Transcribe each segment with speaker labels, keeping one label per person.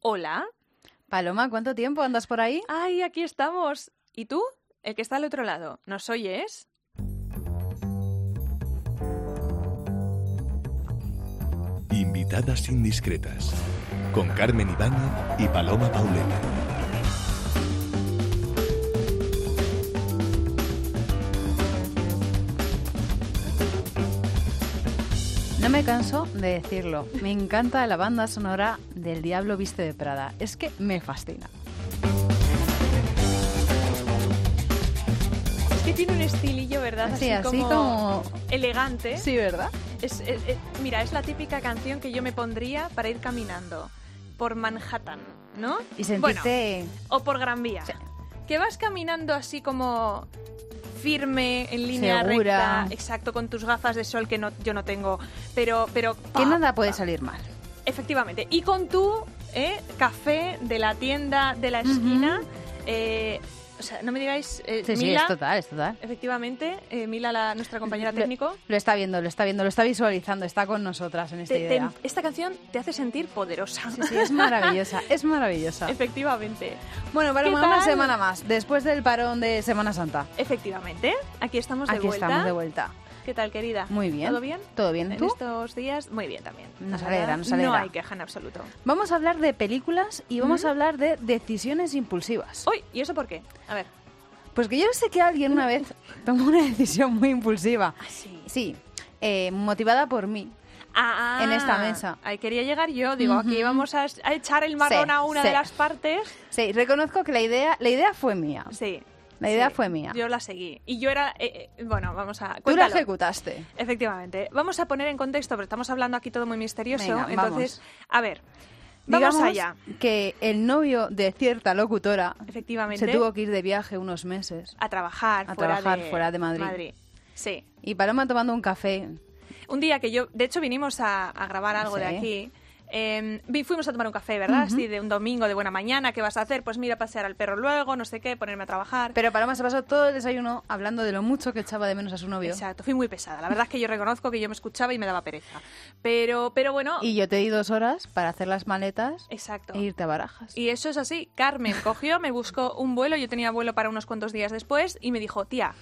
Speaker 1: Hola.
Speaker 2: Paloma, ¿cuánto tiempo andas por ahí?
Speaker 1: Ay, aquí estamos. ¿Y tú? El que está al otro lado. ¿Nos oyes?
Speaker 3: Invitadas indiscretas con Carmen Ibáñez y Paloma Pauleta.
Speaker 2: No me canso de decirlo. Me encanta la banda sonora del Diablo Viste de Prada. Es que me fascina.
Speaker 1: Es que tiene un estilillo, ¿verdad?
Speaker 2: Sí, así como-
Speaker 1: elegante.
Speaker 2: Sí, ¿verdad?
Speaker 1: Es- es- es- mira, es la típica canción que yo me pondría para ir caminando por Manhattan, ¿no?
Speaker 2: Y sentirte...
Speaker 1: Bueno, o por Gran Vía.
Speaker 2: Sí.
Speaker 1: Que vas caminando así como firme, en línea
Speaker 2: Segura.
Speaker 1: recta, exacto, con tus gafas de sol que no, yo no tengo, pero... pero
Speaker 2: que
Speaker 1: pa,
Speaker 2: nada
Speaker 1: pa.
Speaker 2: puede salir mal.
Speaker 1: Efectivamente. Y con tu eh, café de la tienda de la esquina, eh, o sea, no me digáis, eh,
Speaker 2: Sí, sí,
Speaker 1: Mila,
Speaker 2: es total, es total.
Speaker 1: efectivamente, eh, Mila, la- nuestra compañera
Speaker 2: Lo-
Speaker 1: técnico,
Speaker 2: Lo está viendo, lo está viendo, lo está visualizando, está con nosotras en esta
Speaker 1: te- em- te-
Speaker 2: idea.
Speaker 1: esta canción te hace sentir poderosa.
Speaker 2: Sí, es maravillosa, es maravillosa.
Speaker 1: Efectivamente,
Speaker 2: Bueno, para
Speaker 1: ¿Qué
Speaker 2: una
Speaker 1: tal?
Speaker 2: semana más, después del parón de Semana Santa.
Speaker 1: efectivamente. Aquí estamos de
Speaker 2: Aquí
Speaker 1: vuelta.
Speaker 2: estamos de vuelta.
Speaker 1: ¿Qué tal, querida?
Speaker 2: Muy bien.
Speaker 1: ¿Todo bien?
Speaker 2: ¿Todo bien?
Speaker 1: En
Speaker 2: ¿Tú?
Speaker 1: estos días, muy bien también.
Speaker 2: Nos
Speaker 1: La
Speaker 2: alegra,
Speaker 1: verdad,
Speaker 2: nos alegra.
Speaker 1: No hay queja en absoluto.
Speaker 2: Vamos a hablar de películas y vamos a hablar de decisiones impulsivas.
Speaker 1: Uy, ¿y eso por qué? A ver.
Speaker 2: Pues que yo sé que alguien una vez tomó una decisión muy impulsiva.
Speaker 1: Así.
Speaker 2: Sí, eh, motivada por mí.
Speaker 1: Ah,
Speaker 2: En esta mesa.
Speaker 1: Ahí quería llegar yo. Digo, aquí vamos a, a echar el marrón
Speaker 2: Sí,
Speaker 1: a una
Speaker 2: sí.
Speaker 1: de las partes.
Speaker 2: Sí, reconozco que la idea, la idea fue mía.
Speaker 1: Sí.
Speaker 2: La idea
Speaker 1: sí.
Speaker 2: fue mía.
Speaker 1: Yo la seguí. Y yo era. eh, eh, bueno, vamos a.
Speaker 2: Tú la
Speaker 1: Cuéntalo.
Speaker 2: ejecutaste.
Speaker 1: Efectivamente. Vamos a poner en contexto, pero estamos hablando aquí todo muy misterioso.
Speaker 2: Venga, vamos.
Speaker 1: entonces, a ver. Vamos
Speaker 2: Digamos
Speaker 1: allá.
Speaker 2: que el novio de cierta locutora
Speaker 1: Efectivamente.
Speaker 2: se tuvo que ir de viaje unos meses
Speaker 1: a trabajar,
Speaker 2: a
Speaker 1: fuera,
Speaker 2: trabajar
Speaker 1: de,
Speaker 2: fuera de Madrid.
Speaker 1: Sí.
Speaker 2: y Paloma tomando un café.
Speaker 1: Un día que yo, de hecho, vinimos a, a grabar algo de
Speaker 2: Sí.
Speaker 1: aquí. eh, vi- fuimos a tomar un café, ¿verdad? Así de un domingo de buena mañana, ¿qué vas a hacer? Pues mira, pasear al perro luego, no sé qué, ponerme a trabajar.
Speaker 2: Pero Paloma se pasó todo el desayuno hablando de lo mucho que echaba de menos a su novio.
Speaker 1: Exacto, fui muy pesada. La verdad es que yo reconozco que yo me escuchaba y me daba pereza. Pero, pero bueno,
Speaker 2: Y yo te di dos horas para hacer las maletas
Speaker 1: exacto.
Speaker 2: e irte a Barajas.
Speaker 1: Y eso es así. Carmen cogió, me buscó un vuelo, yo tenía vuelo para unos cuantos días después y me dijo, tía,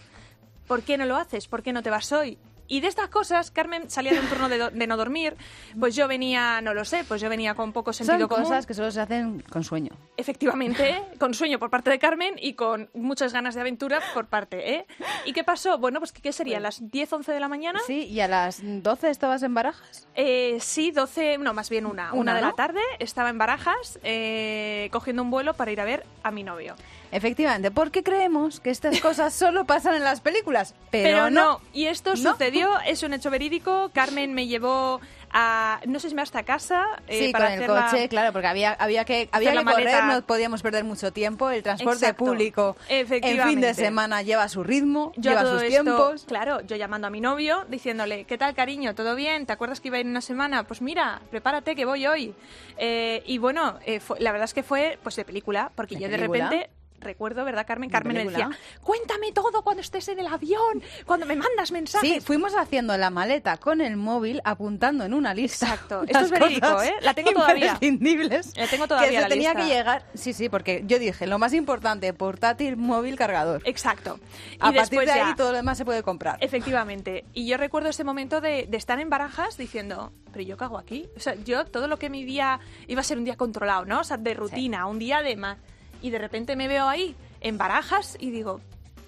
Speaker 1: ¿por qué no lo haces? ¿Por qué no te vas hoy? Y de estas cosas, Carmen salía de un turno de, do- de no dormir, pues yo venía, no lo sé, pues yo venía con poco
Speaker 2: Son
Speaker 1: sentido común.
Speaker 2: cosas que solo se hacen con sueño.
Speaker 1: Efectivamente, con sueño por parte de Carmen y con muchas ganas de aventura por parte, ¿eh? ¿Y qué pasó? Bueno, pues que ¿qué sería? ¿Las 10, 11 de la mañana?
Speaker 2: Sí, y a las 12 estabas en Barajas.
Speaker 1: Eh, sí, 12, no, más bien una. Una,
Speaker 2: Una,
Speaker 1: de
Speaker 2: ¿no?
Speaker 1: la tarde estaba en Barajas eh, cogiendo un vuelo para ir a ver a mi novio.
Speaker 2: Efectivamente, porque creemos que estas cosas solo pasan en las películas, pero, no.
Speaker 1: y esto
Speaker 2: No.
Speaker 1: sucedió, es un hecho verídico. Carmen me llevó a, no sé si me hasta casa. eh,
Speaker 2: sí,
Speaker 1: para
Speaker 2: con el
Speaker 1: hacer la-
Speaker 2: coche, claro, porque había, había que, había
Speaker 1: la
Speaker 2: que correr,
Speaker 1: maleta.
Speaker 2: no podíamos perder mucho tiempo, el transporte
Speaker 1: Exacto.
Speaker 2: público en fin
Speaker 1: Efectivamente.
Speaker 2: de semana lleva su ritmo,
Speaker 1: Yo a
Speaker 2: lleva
Speaker 1: todo
Speaker 2: sus
Speaker 1: esto,
Speaker 2: tiempos.
Speaker 1: claro, yo llamando a mi novio, diciéndole, ¿qué tal, cariño? ¿Todo bien? ¿Te acuerdas que iba a ir una semana? Pues mira, prepárate que voy hoy. Eh, y bueno, eh, fue- la verdad es que fue pues de película, porque
Speaker 2: De
Speaker 1: yo de
Speaker 2: película.
Speaker 1: repente... Recuerdo, ¿verdad, Carmen?
Speaker 2: De
Speaker 1: Carmen me
Speaker 2: película.
Speaker 1: decía, cuéntame todo cuando estés en el avión, cuando me mandas mensajes.
Speaker 2: Sí, fuimos haciendo la maleta con el móvil apuntando en una lista.
Speaker 1: Exacto.
Speaker 2: las
Speaker 1: Esto es verídico,
Speaker 2: cosas
Speaker 1: ¿eh? La tengo todavía.
Speaker 2: Imprescindibles.
Speaker 1: La tengo todavía
Speaker 2: Que se
Speaker 1: la
Speaker 2: tenía
Speaker 1: lista.
Speaker 2: que llegar. Sí, sí, porque yo dije, lo más importante, portátil, móvil, cargador.
Speaker 1: Exacto. Eh, Y
Speaker 2: a partir
Speaker 1: después
Speaker 2: de ahí
Speaker 1: ya-
Speaker 2: todo lo demás se puede comprar.
Speaker 1: Efectivamente. Y yo recuerdo ese momento de, de estar en barajas diciendo, pero yo qué hago aquí. O sea, yo todo lo que mi día iba a ser un día controlado, ¿no? O sea, de rutina, un día de más. Y de repente me veo ahí en barajas y digo,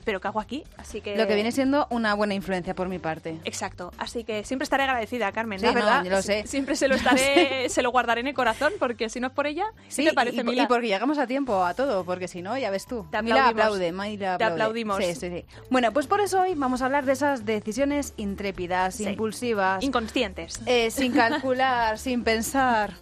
Speaker 1: pero qué hago aquí. Así que...
Speaker 2: Lo que viene siendo una buena influencia por mi parte.
Speaker 1: Exacto, así que siempre estaré agradecida, Carmen,
Speaker 2: Sí,
Speaker 1: la
Speaker 2: no,
Speaker 1: verdad.
Speaker 2: yo lo sé.
Speaker 1: Siempre se lo estaré, se lo guardaré en el corazón, porque si no es por ella, ¿qué
Speaker 2: Sí,
Speaker 1: te parece,
Speaker 2: y, y
Speaker 1: Mila?
Speaker 2: porque llegamos a tiempo a todo, porque si no, ya ves tú.
Speaker 1: Te
Speaker 2: Mila
Speaker 1: aplaudimos.
Speaker 2: aplaude, Mayra
Speaker 1: Te
Speaker 2: aplaude.
Speaker 1: aplaudimos.
Speaker 2: Sí, sí, sí. Bueno, pues por eso hoy vamos a hablar de esas decisiones intrépidas,
Speaker 1: Sí.
Speaker 2: impulsivas,
Speaker 1: Inconscientes.
Speaker 2: eh, sin calcular, sin pensar.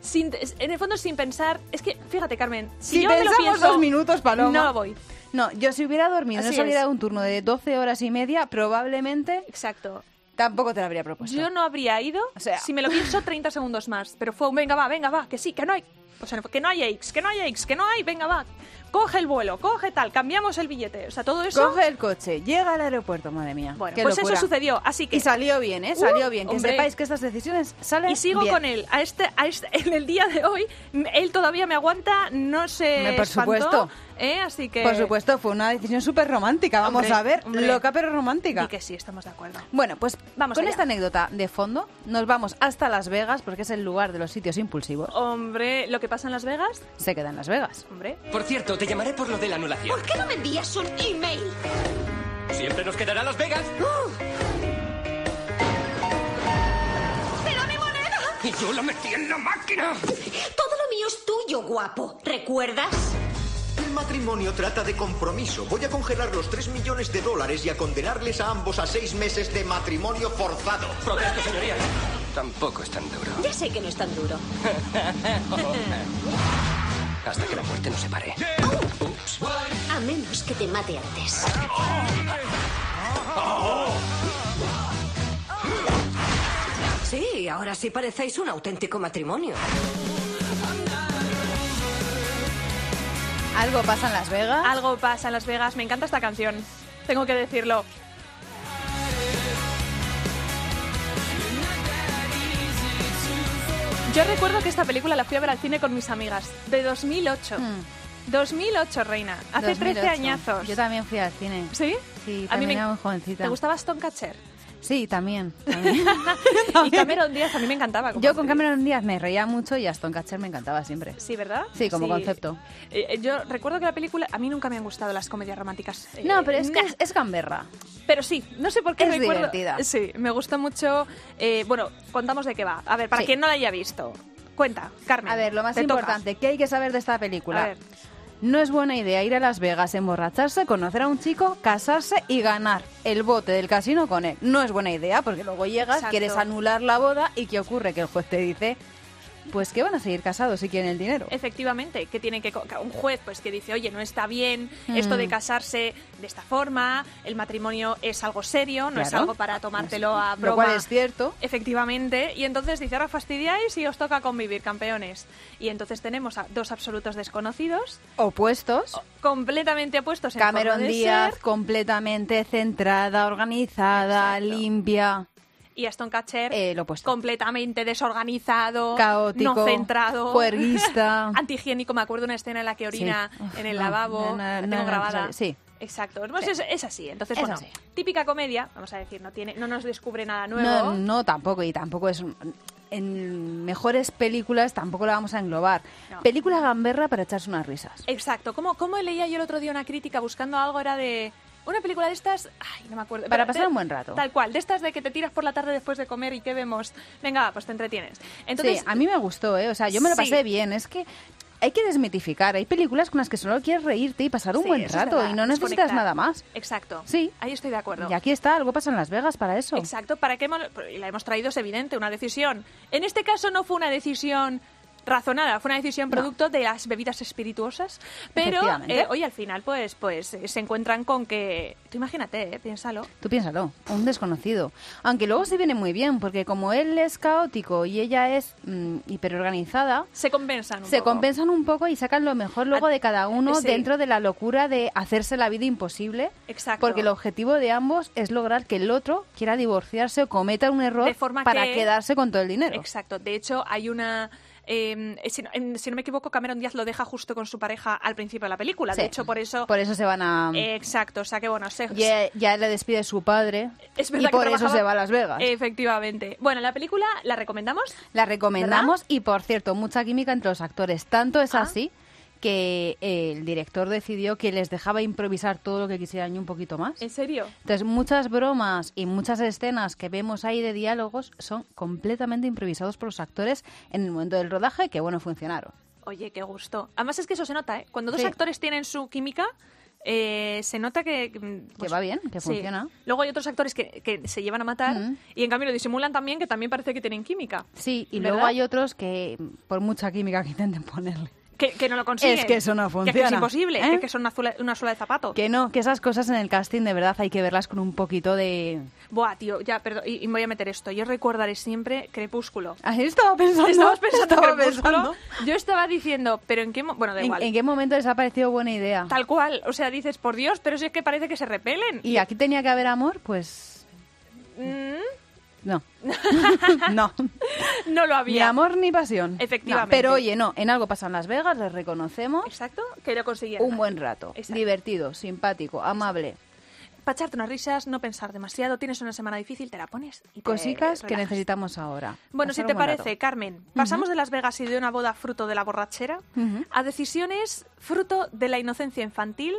Speaker 1: Sin- en el fondo, sin pensar. Es que, fíjate, Carmen, si,
Speaker 2: Si
Speaker 1: yo me lo
Speaker 2: pensamos
Speaker 1: pienso,
Speaker 2: dos minutos, Paloma.
Speaker 1: No voy.
Speaker 2: No, yo si hubiera dormido, no
Speaker 1: Así
Speaker 2: saliera
Speaker 1: es.
Speaker 2: de un turno de 12 horas y media, probablemente
Speaker 1: Exacto.
Speaker 2: tampoco te lo habría propuesto.
Speaker 1: Yo no habría ido
Speaker 2: Pues O sea-
Speaker 1: si me lo pienso 30 segundos más. Pero fue un venga, va, venga, va, que sí, que no hay. O sea, que no hay eggs, que no hay eggs, que no hay, venga, va. coge el vuelo, coge tal, cambiamos el billete. O sea, todo eso.
Speaker 2: Coge el coche, llega al aeropuerto, madre mía.
Speaker 1: Bueno,
Speaker 2: qué
Speaker 1: pues
Speaker 2: locura.
Speaker 1: eso sucedió. Así que.
Speaker 2: Y salió bien, ¿eh? Salió
Speaker 1: Uh,
Speaker 2: bien. Que
Speaker 1: hombre.
Speaker 2: sepáis que estas decisiones salen
Speaker 1: Y sigo
Speaker 2: bien.
Speaker 1: con él. A este, a este- en el día de hoy, m- él todavía me aguanta, no se
Speaker 2: Me- por
Speaker 1: espantó,
Speaker 2: supuesto.
Speaker 1: ¿eh? Así que...
Speaker 2: Por supuesto, fue una decisión súper romántica, vamos
Speaker 1: Hombre,
Speaker 2: a ver.
Speaker 1: hombre.
Speaker 2: Loca pero romántica.
Speaker 1: Y que sí, estamos de acuerdo.
Speaker 2: Bueno, pues
Speaker 1: Vamos
Speaker 2: con
Speaker 1: allá.
Speaker 2: esta anécdota de fondo nos vamos hasta Las Vegas porque es el lugar de los sitios impulsivos.
Speaker 1: Hombre, lo que pasa en Las Vegas,
Speaker 2: Se queda en Las Vegas.
Speaker 1: hombre...
Speaker 4: Por cierto, te llamaré por lo de la anulación.
Speaker 5: ¿Por qué no me envías un email?
Speaker 4: Siempre nos quedará Las Vegas.
Speaker 5: ¡Pero mi moneda!
Speaker 4: Y yo la metí en la máquina.
Speaker 5: Todo lo mío es tuyo, guapo. ¿Recuerdas?
Speaker 6: El matrimonio trata de compromiso. Voy a congelar los 3 millones de dólares y a condenarles a ambos a seis meses de matrimonio forzado.
Speaker 4: Protesto, señoría. Tampoco es tan duro.
Speaker 5: Ya sé que no es tan duro.
Speaker 4: Hasta que la muerte nos separe.
Speaker 5: A menos que te mate antes.
Speaker 7: Sí, ahora sí parecéis un auténtico matrimonio.
Speaker 2: Algo pasa en Las Vegas.
Speaker 1: Algo pasa en Las Vegas, me encanta esta canción, tengo que decirlo. Yo recuerdo que esta película la fui a ver al cine con mis amigas, de 2008.
Speaker 2: Hmm.
Speaker 1: 2008, reina, hace 13
Speaker 2: 2008.
Speaker 1: añazos.
Speaker 2: Yo también fui al cine.
Speaker 1: ¿Sí?
Speaker 2: Sí,
Speaker 1: a mí
Speaker 2: también
Speaker 1: me...
Speaker 2: era muy jovencita.
Speaker 1: ¿Te gustaba Stone Catcher?
Speaker 2: Sí, también. también.
Speaker 1: y Cameron Díaz a mí me encantaba. como
Speaker 2: Yo con
Speaker 1: actriz.
Speaker 2: Cameron Díaz me reía mucho y Aston Catcher me encantaba siempre.
Speaker 1: Sí, ¿verdad?
Speaker 2: Sí, como concepto.
Speaker 1: Eh, eh, yo recuerdo que la película... A mí nunca me han gustado las comedias románticas. eh,
Speaker 2: No, pero es que
Speaker 1: nah.
Speaker 2: es, es gamberra.
Speaker 1: Pero sí, no sé por qué
Speaker 2: Es
Speaker 1: recuerdo-
Speaker 2: divertida.
Speaker 1: Sí, me gusta mucho. eh, bueno, contamos de qué va. A ver, para
Speaker 2: Sí.
Speaker 1: quien no la haya visto, cuenta, Carmen.
Speaker 2: A ver, lo más
Speaker 1: te toca.
Speaker 2: importante, ¿qué hay que saber de esta película?
Speaker 1: A ver.
Speaker 2: No es buena idea ir a Las Vegas, emborracharse, conocer a un chico, casarse y ganar el bote del casino con él. No es buena idea porque luego llegas,
Speaker 1: Exacto.
Speaker 2: quieres anular la boda y ¿qué ocurre? Que el juez te dice, pues que van a seguir casados si quieren el dinero.
Speaker 1: Efectivamente, que tiene que co- un juez pues que dice, "Oye, no está bien esto
Speaker 2: Mm.
Speaker 1: de casarse de esta forma, el matrimonio es algo serio, no es
Speaker 2: Claro.
Speaker 1: algo para tomártelo a broma."
Speaker 2: Lo cual es cierto.
Speaker 1: Efectivamente, y entonces dice, ahora fastidiáis y os toca convivir, campeones. Y entonces tenemos a dos absolutos desconocidos,
Speaker 2: Opuestos.
Speaker 1: completamente opuestos en
Speaker 2: Cameron
Speaker 1: forma de
Speaker 2: Díaz
Speaker 1: ser,
Speaker 2: completamente centrada, organizada,
Speaker 1: Exacto.
Speaker 2: limpia.
Speaker 1: y Aston Catcher
Speaker 2: Eh, lo opuesto.
Speaker 1: completamente desorganizado,
Speaker 2: Caótico,
Speaker 1: no centrado,
Speaker 2: juerguista.
Speaker 1: antihigiénico. Me acuerdo una escena en la que orina
Speaker 2: Sí. Uf,
Speaker 1: en el
Speaker 2: no,
Speaker 1: lavabo,
Speaker 2: no, no,
Speaker 1: la
Speaker 2: no,
Speaker 1: tengo
Speaker 2: no,
Speaker 1: grabada.
Speaker 2: no, sí.
Speaker 1: Exacto, Pues
Speaker 2: Sí.
Speaker 1: es, es así. Entonces,
Speaker 2: Es
Speaker 1: bueno,
Speaker 2: así.
Speaker 1: típica comedia, vamos a decir, no tiene, no nos descubre nada nuevo.
Speaker 2: No, no, tampoco, y tampoco es... un- En mejores películas tampoco la vamos a englobar.
Speaker 1: No.
Speaker 2: Película gamberra para echarse unas risas.
Speaker 1: Exacto, como, como leía yo el otro día una crítica buscando algo, era de una película de estas, ay, no me acuerdo.
Speaker 2: Para
Speaker 1: pero
Speaker 2: pasar
Speaker 1: de-
Speaker 2: un buen rato.
Speaker 1: Tal cual, de estas de que te tiras por la tarde después de comer y que vemos, venga, va, pues te entretienes. Entonces,
Speaker 2: sí, a mí me gustó, ¿eh? O sea, yo me lo
Speaker 1: Sí.
Speaker 2: pasé bien. Es que hay que desmitificar. Hay películas con las que solo quieres reírte y pasar un
Speaker 1: sí,
Speaker 2: buen
Speaker 1: eso es
Speaker 2: rato
Speaker 1: verdad,
Speaker 2: y no necesitas
Speaker 1: desconectar.
Speaker 2: nada más.
Speaker 1: Exacto.
Speaker 2: Sí.
Speaker 1: Ahí estoy de acuerdo.
Speaker 2: Y aquí está, algo pasa en Las Vegas para eso.
Speaker 1: Exacto, para qué hemos- y la hemos traído es evidente, una decisión. En este caso no fue una decisión razonada, fue una decisión producto de las bebidas espirituosas, pero
Speaker 2: Efectivamente.
Speaker 1: eh, hoy al final pues pues eh, se encuentran con que tú imagínate, eh, piénsalo.
Speaker 2: Tú piénsalo, un desconocido. Aunque luego se viene muy bien, porque como él es caótico y ella es mm, hiperorganizada,
Speaker 1: Se compensan un
Speaker 2: se
Speaker 1: poco.
Speaker 2: compensan un poco y sacan lo mejor luego
Speaker 1: Ah,
Speaker 2: de cada uno
Speaker 1: sí.
Speaker 2: dentro de la locura de hacerse la vida imposible.
Speaker 1: Exacto.
Speaker 2: Porque el objetivo de ambos es lograr que el otro quiera divorciarse o cometa un error
Speaker 1: De forma
Speaker 2: para
Speaker 1: que-
Speaker 2: quedarse con todo el dinero.
Speaker 1: Exacto. De hecho, hay una. eh, si, no, en- si no me equivoco, Cameron Díaz lo deja justo con su pareja al principio de la película.
Speaker 2: Sí.
Speaker 1: De hecho, por eso.
Speaker 2: Por eso se van a...
Speaker 1: Eh, exacto. O sea que bueno, se,
Speaker 2: ya, ya le despide su padre
Speaker 1: es
Speaker 2: y
Speaker 1: verdad que
Speaker 2: por eso
Speaker 1: trabajaba-
Speaker 2: se va a Las Vegas.
Speaker 1: Efectivamente. Bueno, la película la recomendamos.
Speaker 2: La recomendamos y, por cierto, mucha química entre los actores. Tanto es
Speaker 1: Ah.
Speaker 2: así que eh, el director decidió que les dejaba improvisar todo lo que quisieran y un poquito más.
Speaker 1: En serio.
Speaker 2: Entonces, muchas bromas y muchas escenas que vemos ahí de diálogos son completamente improvisados por los actores en el momento del rodaje, que bueno, funcionaron.
Speaker 1: Oye, qué gusto. Además es que eso se nota, ¿eh? Cuando dos
Speaker 2: Sí.
Speaker 1: actores tienen su química, eh, se nota que... mm, pues,
Speaker 2: va bien, que funciona.
Speaker 1: Luego hay otros actores que, que se llevan a matar
Speaker 2: Mm.
Speaker 1: y en cambio lo disimulan también, que también parece que tienen química.
Speaker 2: Sí, y
Speaker 1: ¿Verdad?
Speaker 2: luego hay otros que, por mucha química que intenten ponerle.
Speaker 1: Que, que no lo consigues.
Speaker 2: Es que eso no
Speaker 1: Que, es
Speaker 2: funciona,
Speaker 1: imposible,
Speaker 2: ¿eh?
Speaker 1: que, que son una, zula- una sola de zapatos.
Speaker 2: Que no, que esas cosas en el casting de verdad hay que verlas con un poquito de...
Speaker 1: Buah, tío, ya, perdón, y, y me voy a meter esto. Yo recordaré siempre Crepúsculo.
Speaker 2: Ahí estaba pensando.
Speaker 1: Estabas Ah, ¿eh? pensando en
Speaker 2: estaba
Speaker 1: Crepúsculo.
Speaker 2: pensando.
Speaker 1: Yo estaba diciendo, pero en qué... mo- Bueno, da
Speaker 2: ¿En,
Speaker 1: igual.
Speaker 2: en qué momento les ha parecido buena idea?
Speaker 1: Tal cual. O sea, dices, por Dios, pero si es que parece que se repelen.
Speaker 2: ¿Y aquí tenía que haber amor? Pues...
Speaker 1: Mm.
Speaker 2: No. no.
Speaker 1: No lo había.
Speaker 2: Ni amor ni pasión.
Speaker 1: Efectivamente.
Speaker 2: No, pero oye, no, en algo pasa en Las Vegas, les reconocemos.
Speaker 1: Exacto, que lo conseguían.
Speaker 2: Un buen rato.
Speaker 1: Exacto.
Speaker 2: Divertido, simpático, amable.
Speaker 1: Para echarte unas risas, no pensar demasiado, tienes una semana difícil, te la pones. Y te
Speaker 2: Cositas que
Speaker 1: relajas.
Speaker 2: necesitamos ahora.
Speaker 1: Bueno, si
Speaker 2: Pasar
Speaker 1: te
Speaker 2: un buen rato.
Speaker 1: parece, Carmen, pasamos de Las Vegas y de una boda fruto de la borrachera a decisiones fruto de la inocencia infantil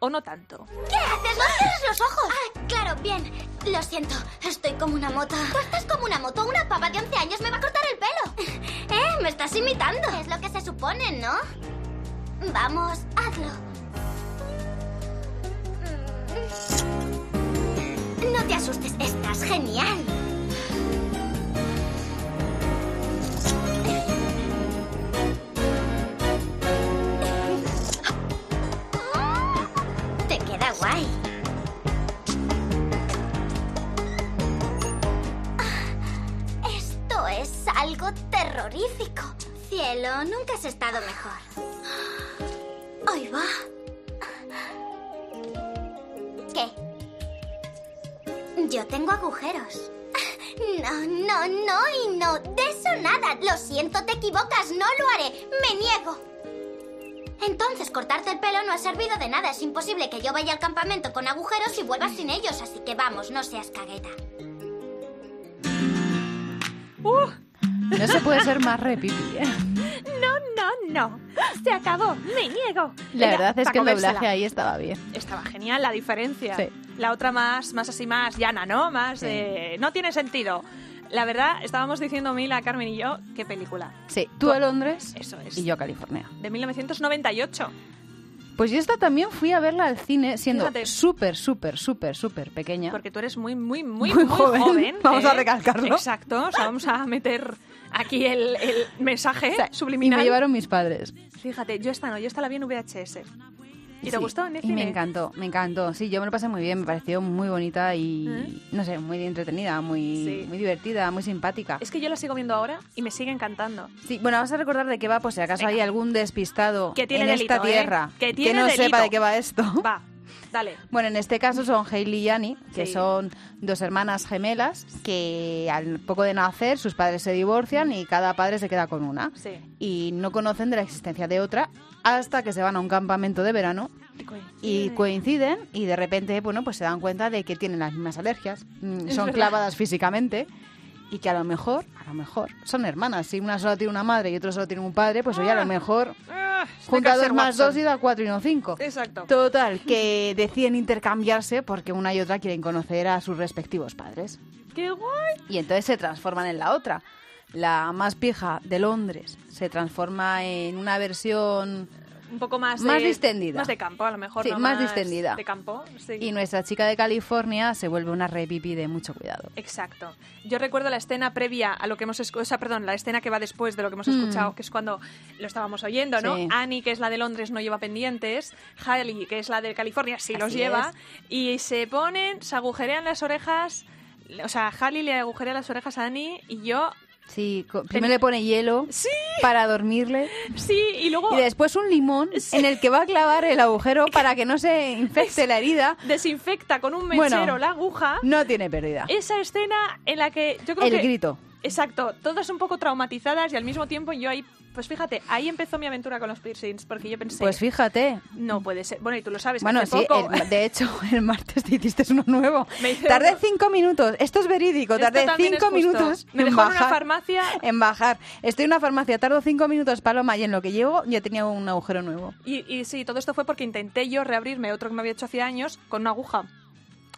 Speaker 1: o no tanto.
Speaker 5: ¿Qué haces? ¡No cierres los ojos! Ah, claro, bien. Lo siento, estoy como una mota. Tú estás como una moto. Una pava de 11 años me va a cortar el pelo. ¿Eh? Me estás imitando. Es lo que se supone, ¿no? Vamos, hazlo. No te asustes, estás genial. Te queda guay. Ah, Esto es algo terrorífico. Cielo, nunca has estado mejor. Ah, Ahí va. ¿Qué? Yo tengo agujeros. No, no, no y no. De eso nada. Lo siento, te equivocas. No lo haré. Me niego. Entonces, cortarte el pelo no ha servido de nada. Es imposible que yo vaya al campamento con agujeros y vuelvas sin ellos. Así que vamos, no seas cagueta.
Speaker 2: No se puede ser más repipi. ¿eh?
Speaker 1: No, no, se acabó, me niego.
Speaker 2: La
Speaker 1: Era
Speaker 2: verdad es
Speaker 1: pa'
Speaker 2: que el
Speaker 1: comérsela.
Speaker 2: doblaje ahí estaba bien.
Speaker 1: Estaba genial la diferencia.
Speaker 2: Sí.
Speaker 1: La otra más, más así, más llana, ¿no? Más
Speaker 2: Sí.
Speaker 1: de... No tiene sentido. La verdad, estábamos diciendo Mila, Carmen y yo, qué película.
Speaker 2: Sí, tú a Londres
Speaker 1: Eso es.
Speaker 2: y yo a California.
Speaker 1: De 1998.
Speaker 2: Pues yo esta también fui a verla al cine siendo
Speaker 1: Fíjate.
Speaker 2: súper, súper, súper, súper pequeña.
Speaker 1: Porque tú eres muy, muy, muy,
Speaker 2: Muy
Speaker 1: muy,
Speaker 2: joven.
Speaker 1: joven.
Speaker 2: Vamos
Speaker 1: ¿eh?
Speaker 2: a recalcarlo.
Speaker 1: Exacto. O sea, vamos a meter aquí el, el mensaje
Speaker 2: O sea,
Speaker 1: subliminal.
Speaker 2: Y me llevaron mis padres.
Speaker 1: Fíjate, yo esta no, yo esta la vi en VHS. ¿Y te
Speaker 2: Sí,
Speaker 1: gustó en el
Speaker 2: Y
Speaker 1: cine?
Speaker 2: me encantó, me encantó. Sí, yo me lo pasé muy bien, me pareció muy bonita y,
Speaker 1: ¿Eh?
Speaker 2: no sé, muy entretenida, muy,
Speaker 1: Sí.
Speaker 2: muy divertida, muy simpática.
Speaker 1: Es que yo la sigo viendo ahora y me sigue encantando.
Speaker 2: Sí, bueno, vamos a recordar de qué va, por si acaso
Speaker 1: Venga.
Speaker 2: hay algún despistado
Speaker 1: Que tiene
Speaker 2: en
Speaker 1: delito,
Speaker 2: esta
Speaker 1: ¿eh?
Speaker 2: tierra
Speaker 1: Que tiene
Speaker 2: no
Speaker 1: delito.
Speaker 2: sepa de qué va esto.
Speaker 1: Va, dale.
Speaker 2: Bueno, en este caso son Hailey y Annie, que
Speaker 1: Sí.
Speaker 2: son dos hermanas gemelas que al poco de nacer sus padres se divorcian y cada padre se queda con una.
Speaker 1: Sí.
Speaker 2: Y no conocen de la existencia de otra hasta que se van a un campamento de verano y coinciden y de repente bueno pues se dan cuenta de que tienen las mismas alergias mm, son
Speaker 1: verdad.
Speaker 2: clavadas físicamente y que a lo mejor a lo mejor son hermanas si una solo tiene una madre y otra solo tiene un padre pues oye a lo mejor
Speaker 1: Ah,
Speaker 2: junta
Speaker 1: de
Speaker 2: dos
Speaker 1: Kaiser
Speaker 2: más
Speaker 1: Watson.
Speaker 2: dos y da cuatro y no cinco
Speaker 1: Exacto.
Speaker 2: total que deciden intercambiarse porque una y otra quieren conocer a sus respectivos padres
Speaker 1: ¡Qué guay!
Speaker 2: y entonces se transforman en la otra la más pija de Londres se transforma en una versión
Speaker 1: Un poco más
Speaker 2: Más
Speaker 1: de-
Speaker 2: distendida.
Speaker 1: Más de campo, a lo mejor.
Speaker 2: Sí,
Speaker 1: ¿no?
Speaker 2: más distendida.
Speaker 1: De campo, sí.
Speaker 2: Y nuestra chica de California se vuelve una repipi de mucho cuidado.
Speaker 1: Exacto. Yo recuerdo la escena previa a lo que hemos escuchado, perdón, la escena que va después de lo que hemos escuchado, que es cuando lo estábamos oyendo, ¿no?
Speaker 2: Mm. Sí.
Speaker 1: Annie, que es la de Londres, no lleva pendientes. Hailey, que es la de California, sí los
Speaker 2: Así
Speaker 1: lleva. Y se ponen, se agujerean las orejas. O sea, Hailey le agujerea las orejas a Annie y yo,
Speaker 2: Sí, co- primero le pone hielo
Speaker 1: Sí. Oh.
Speaker 2: para dormirle
Speaker 1: sí, y luego
Speaker 2: y después un limón en el que va a clavar el agujero para que no se infecte la herida.
Speaker 1: desinfecta con un
Speaker 2: Bueno.
Speaker 1: mechero la aguja.
Speaker 2: No tiene pérdida.
Speaker 1: Esa escena en la que yo creo
Speaker 2: El
Speaker 1: que...
Speaker 2: grito.
Speaker 1: Exacto, todas un poco traumatizadas y al mismo tiempo yo ahí... Pues fíjate, ahí empezó mi aventura con los piercings, porque yo pensé...
Speaker 2: Pues fíjate.
Speaker 1: No puede ser. Bueno, y tú lo sabes. que
Speaker 2: Bueno,
Speaker 1: Pues hace
Speaker 2: sí,
Speaker 1: poco-
Speaker 2: el- de hecho, el martes te hiciste uno nuevo.
Speaker 1: Me hice
Speaker 2: Tardé
Speaker 1: uno.
Speaker 2: cinco minutos. Esto es verídico.
Speaker 1: Esto
Speaker 2: Tardé
Speaker 1: también es
Speaker 2: cinco
Speaker 1: justo.
Speaker 2: minutos.
Speaker 1: Me
Speaker 2: en
Speaker 1: dejó en una
Speaker 2: bajar-
Speaker 1: farmacia.
Speaker 2: En bajar. Estoy en una farmacia, tardo cinco minutos, Paloma, y en lo que llego ya tenía un agujero nuevo.
Speaker 1: y, y sí, todo esto fue porque intenté yo reabrirme otro que me había hecho hace años con una aguja.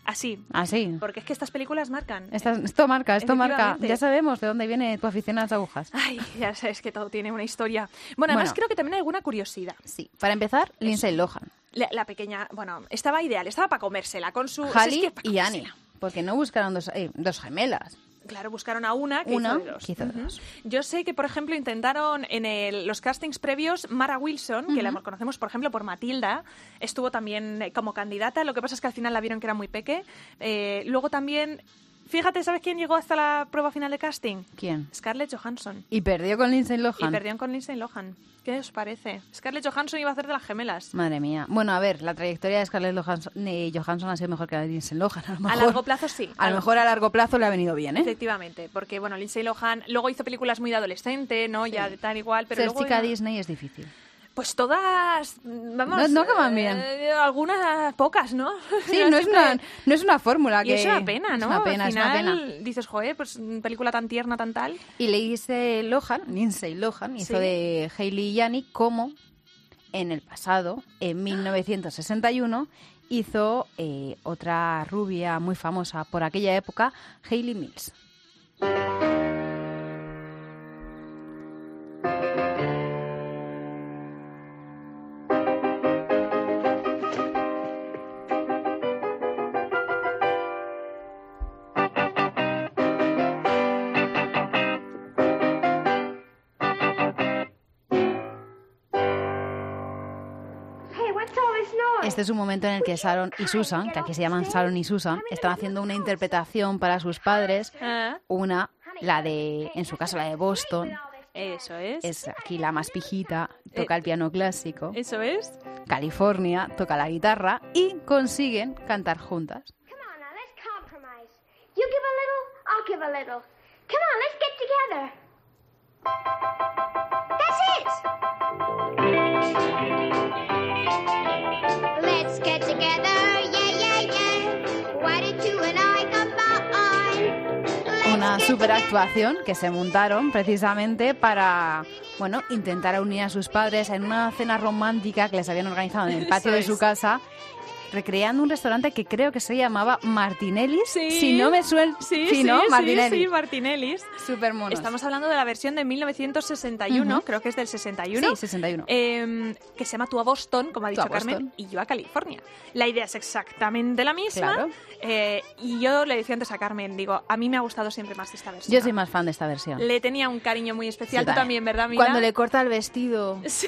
Speaker 1: Así.
Speaker 2: Así.
Speaker 1: Porque es que estas películas marcan.
Speaker 2: Estas- esto marca, esto marca.
Speaker 1: Efectivamente.
Speaker 2: Ya sabemos de dónde viene tu afición a las agujas.
Speaker 1: Ay, ya sabes que todo tiene una historia. Bueno, además
Speaker 2: Bueno.
Speaker 1: creo que también hay alguna curiosidad.
Speaker 2: Sí. Para empezar, Lindsay Lohan,
Speaker 1: La, la pequeña, bueno, estaba ideal, estaba para comérsela con su... si Uh, es
Speaker 2: Halle
Speaker 1: que pa'
Speaker 2: y Annie.
Speaker 1: comérsela.
Speaker 2: Porque no buscaron dos, eh, dos gemelas.
Speaker 1: Claro, buscaron a una que
Speaker 2: Una
Speaker 1: hizo de dos.
Speaker 8: que hizo de
Speaker 1: Ujú.
Speaker 8: dos.
Speaker 1: Yo sé que, por ejemplo, intentaron en el- los castings previos Mara Wilson, que la conocemos, por ejemplo, por Matilda, estuvo también eh, como candidata. Lo que pasa es que al final la vieron que era muy peque. Eh, luego también, fíjate, ¿sabes quién llegó hasta la prueba final de casting?
Speaker 2: ¿Quién?
Speaker 1: Scarlett Johansson.
Speaker 2: Y perdió con Lindsay Lohan.
Speaker 1: Y perdieron con Lindsay Lohan. ¿Qué os parece? Scarlett Johansson iba a hacer de las
Speaker 8: ¿Eh?
Speaker 1: gemelas.
Speaker 2: Madre mía. Bueno, a ver, la trayectoria de Scarlett Johansson, eh, Johansson ha sido mejor que la de Lindsay Lohan. A, lo mejor.
Speaker 1: largo plazo, sí.
Speaker 2: A lo mejor a largo plazo le ha venido bien, ¿eh?
Speaker 1: Efectivamente, porque bueno, Lindsay Lohan luego hizo películas muy de adolescente, ¿no? Ya de tal igual, pero
Speaker 8: Ser
Speaker 1: luego
Speaker 8: chica
Speaker 1: ya-
Speaker 8: Disney es difícil.
Speaker 1: Pues todas, mm, vamos.
Speaker 2: No- no acaban
Speaker 1: eh, algunas pocas, ¿no?
Speaker 2: Sí, no es una,
Speaker 1: siempre-
Speaker 2: no es una fórmula
Speaker 1: Y
Speaker 2: que...
Speaker 1: es una pena, ¿no?
Speaker 2: Es una pena,
Speaker 1: Al
Speaker 2: es una
Speaker 1: final
Speaker 2: pena.
Speaker 1: dices, joder, pues mm, película tan tierna, tan tal.
Speaker 8: Y le hice
Speaker 2: Lohan, Lindsay Lohan, hizo
Speaker 1: Sí.
Speaker 2: de Hailey Yanni como en el pasado, en 1961, hizo eh, otra rubia muy famosa por aquella época, Hailey Mills. Este es un momento en el que Sharon y Susan, que aquí se llaman Sharon y Susan, están haciendo una interpretación para sus padres.
Speaker 1: Ah,
Speaker 2: Una, la de, en su caso, la de Boston,
Speaker 1: eso es.
Speaker 2: es aquí la más pijita, toca el piano clásico.
Speaker 1: Eso es.
Speaker 2: California toca la guitarra y consiguen cantar juntas.
Speaker 9: Come on now, let's compromise. You give a little, I'll give a little. Come on, let's get together.
Speaker 5: That's it! Let's get together, yeah, yeah, yeah. Why did you and I combine? Let's
Speaker 2: Una
Speaker 5: get
Speaker 2: super
Speaker 5: together.
Speaker 2: actuación que se montaron precisamente para, bueno, intentar unir a sus padres en una cena romántica que les habían organizado en el patio de su casa, recreando un restaurante que creo que se llamaba Martinelli's.
Speaker 1: Sí.
Speaker 2: Si no me suel,
Speaker 1: Sí,
Speaker 2: si
Speaker 1: sí,
Speaker 2: no,
Speaker 1: sí,
Speaker 2: Martinelli.
Speaker 1: sí, Martinellis.
Speaker 2: Super monos.
Speaker 1: Estamos hablando de la versión de 1961,
Speaker 2: Ujú.
Speaker 1: creo que es del 61.
Speaker 2: sí, 61.
Speaker 1: eh, que se llama Tú a Boston, como ha
Speaker 2: Tú
Speaker 1: dicho
Speaker 2: a Boston.
Speaker 1: Carmen, y yo a California. La idea es exactamente la misma.
Speaker 2: Claro.
Speaker 1: eh, y yo le decía antes a Carmen, digo, a mí me ha gustado siempre más esta versión.
Speaker 2: Yo soy más fan de esta versión.
Speaker 1: Le tenía un cariño muy especial,
Speaker 2: Sí,
Speaker 1: tú
Speaker 2: vale.
Speaker 1: también, ¿verdad, Mira?
Speaker 2: Cuando le corta el vestido.
Speaker 1: Sí.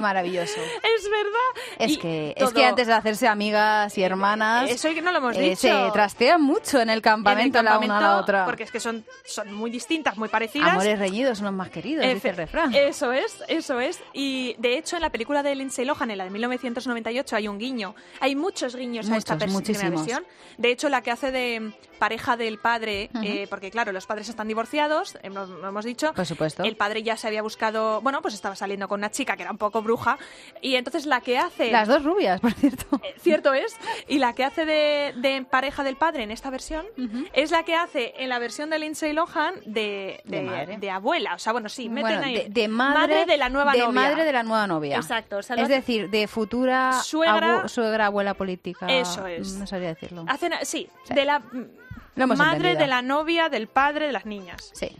Speaker 2: maravilloso.
Speaker 1: Es verdad.
Speaker 2: Es
Speaker 1: Y
Speaker 2: que, es
Speaker 1: todo-
Speaker 2: que antes de hacerse amigas y hermanas,
Speaker 1: Eso que no lo hemos
Speaker 2: eh,
Speaker 1: dicho.
Speaker 2: se trastean mucho en
Speaker 1: En
Speaker 2: el
Speaker 1: el
Speaker 2: campamento, la una a la
Speaker 1: campamento,
Speaker 2: otra.
Speaker 1: Porque es que son, son muy distintas, muy parecidas.
Speaker 2: Amores reñidos, unos más queridos, dice Eh, el
Speaker 1: Efe-
Speaker 2: refrán.
Speaker 1: Eso es, eso es. Y de hecho, en la película de Lindsay Lohan, en la de 1998, hay un guiño. Hay muchos guiños a esta
Speaker 2: Muchos,
Speaker 1: pers- primera
Speaker 2: muchísimos.
Speaker 1: versión. De hecho, la que hace de mm, pareja del padre, eh, porque claro, los padres están divorciados, hemos, hemos dicho.
Speaker 2: Por supuesto.
Speaker 1: El padre ya se había buscado, bueno, pues estaba saliendo con una chica que era un poco bruja. Y entonces la que hace.
Speaker 2: Las dos rubias, por cierto.
Speaker 1: Eh, Cierto es. Y la que hace de, de pareja del padre en esta versión es la que hace en la versión de Lindsay Lohan de, de,
Speaker 2: De madre.
Speaker 1: de abuela. O sea, bueno, sí, meten
Speaker 2: Bueno,
Speaker 1: ahí.
Speaker 2: de, de madre,
Speaker 1: de la nueva
Speaker 2: de
Speaker 1: novia.
Speaker 2: madre de la nueva novia.
Speaker 1: Exacto, o sea, lo
Speaker 2: es
Speaker 1: hace-
Speaker 2: decir, de futura
Speaker 1: Suegra-
Speaker 2: abu- suegra, abuela política. Mm,
Speaker 1: Eso es. Ah,
Speaker 2: No sabría decirlo.
Speaker 1: Hacen a- sí,
Speaker 2: Sí.
Speaker 1: de la
Speaker 2: Lo hemos
Speaker 1: madre
Speaker 2: entendido.
Speaker 1: de la novia del padre de las niñas.
Speaker 2: Sí.